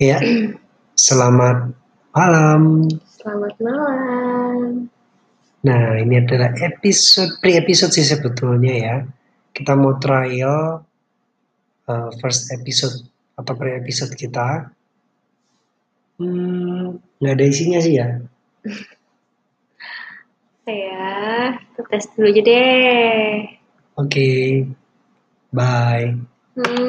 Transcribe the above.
Ya, selamat malam. Selamat malam. Nah, ini adalah episode pre-episode sih sebetulnya ya. Kita mau trial uh, first episode atau pre-episode kita. Hmm, nggak ada isinya sih ya. Ya, kita tes dulu aja deh. Oke, bye. Hmm.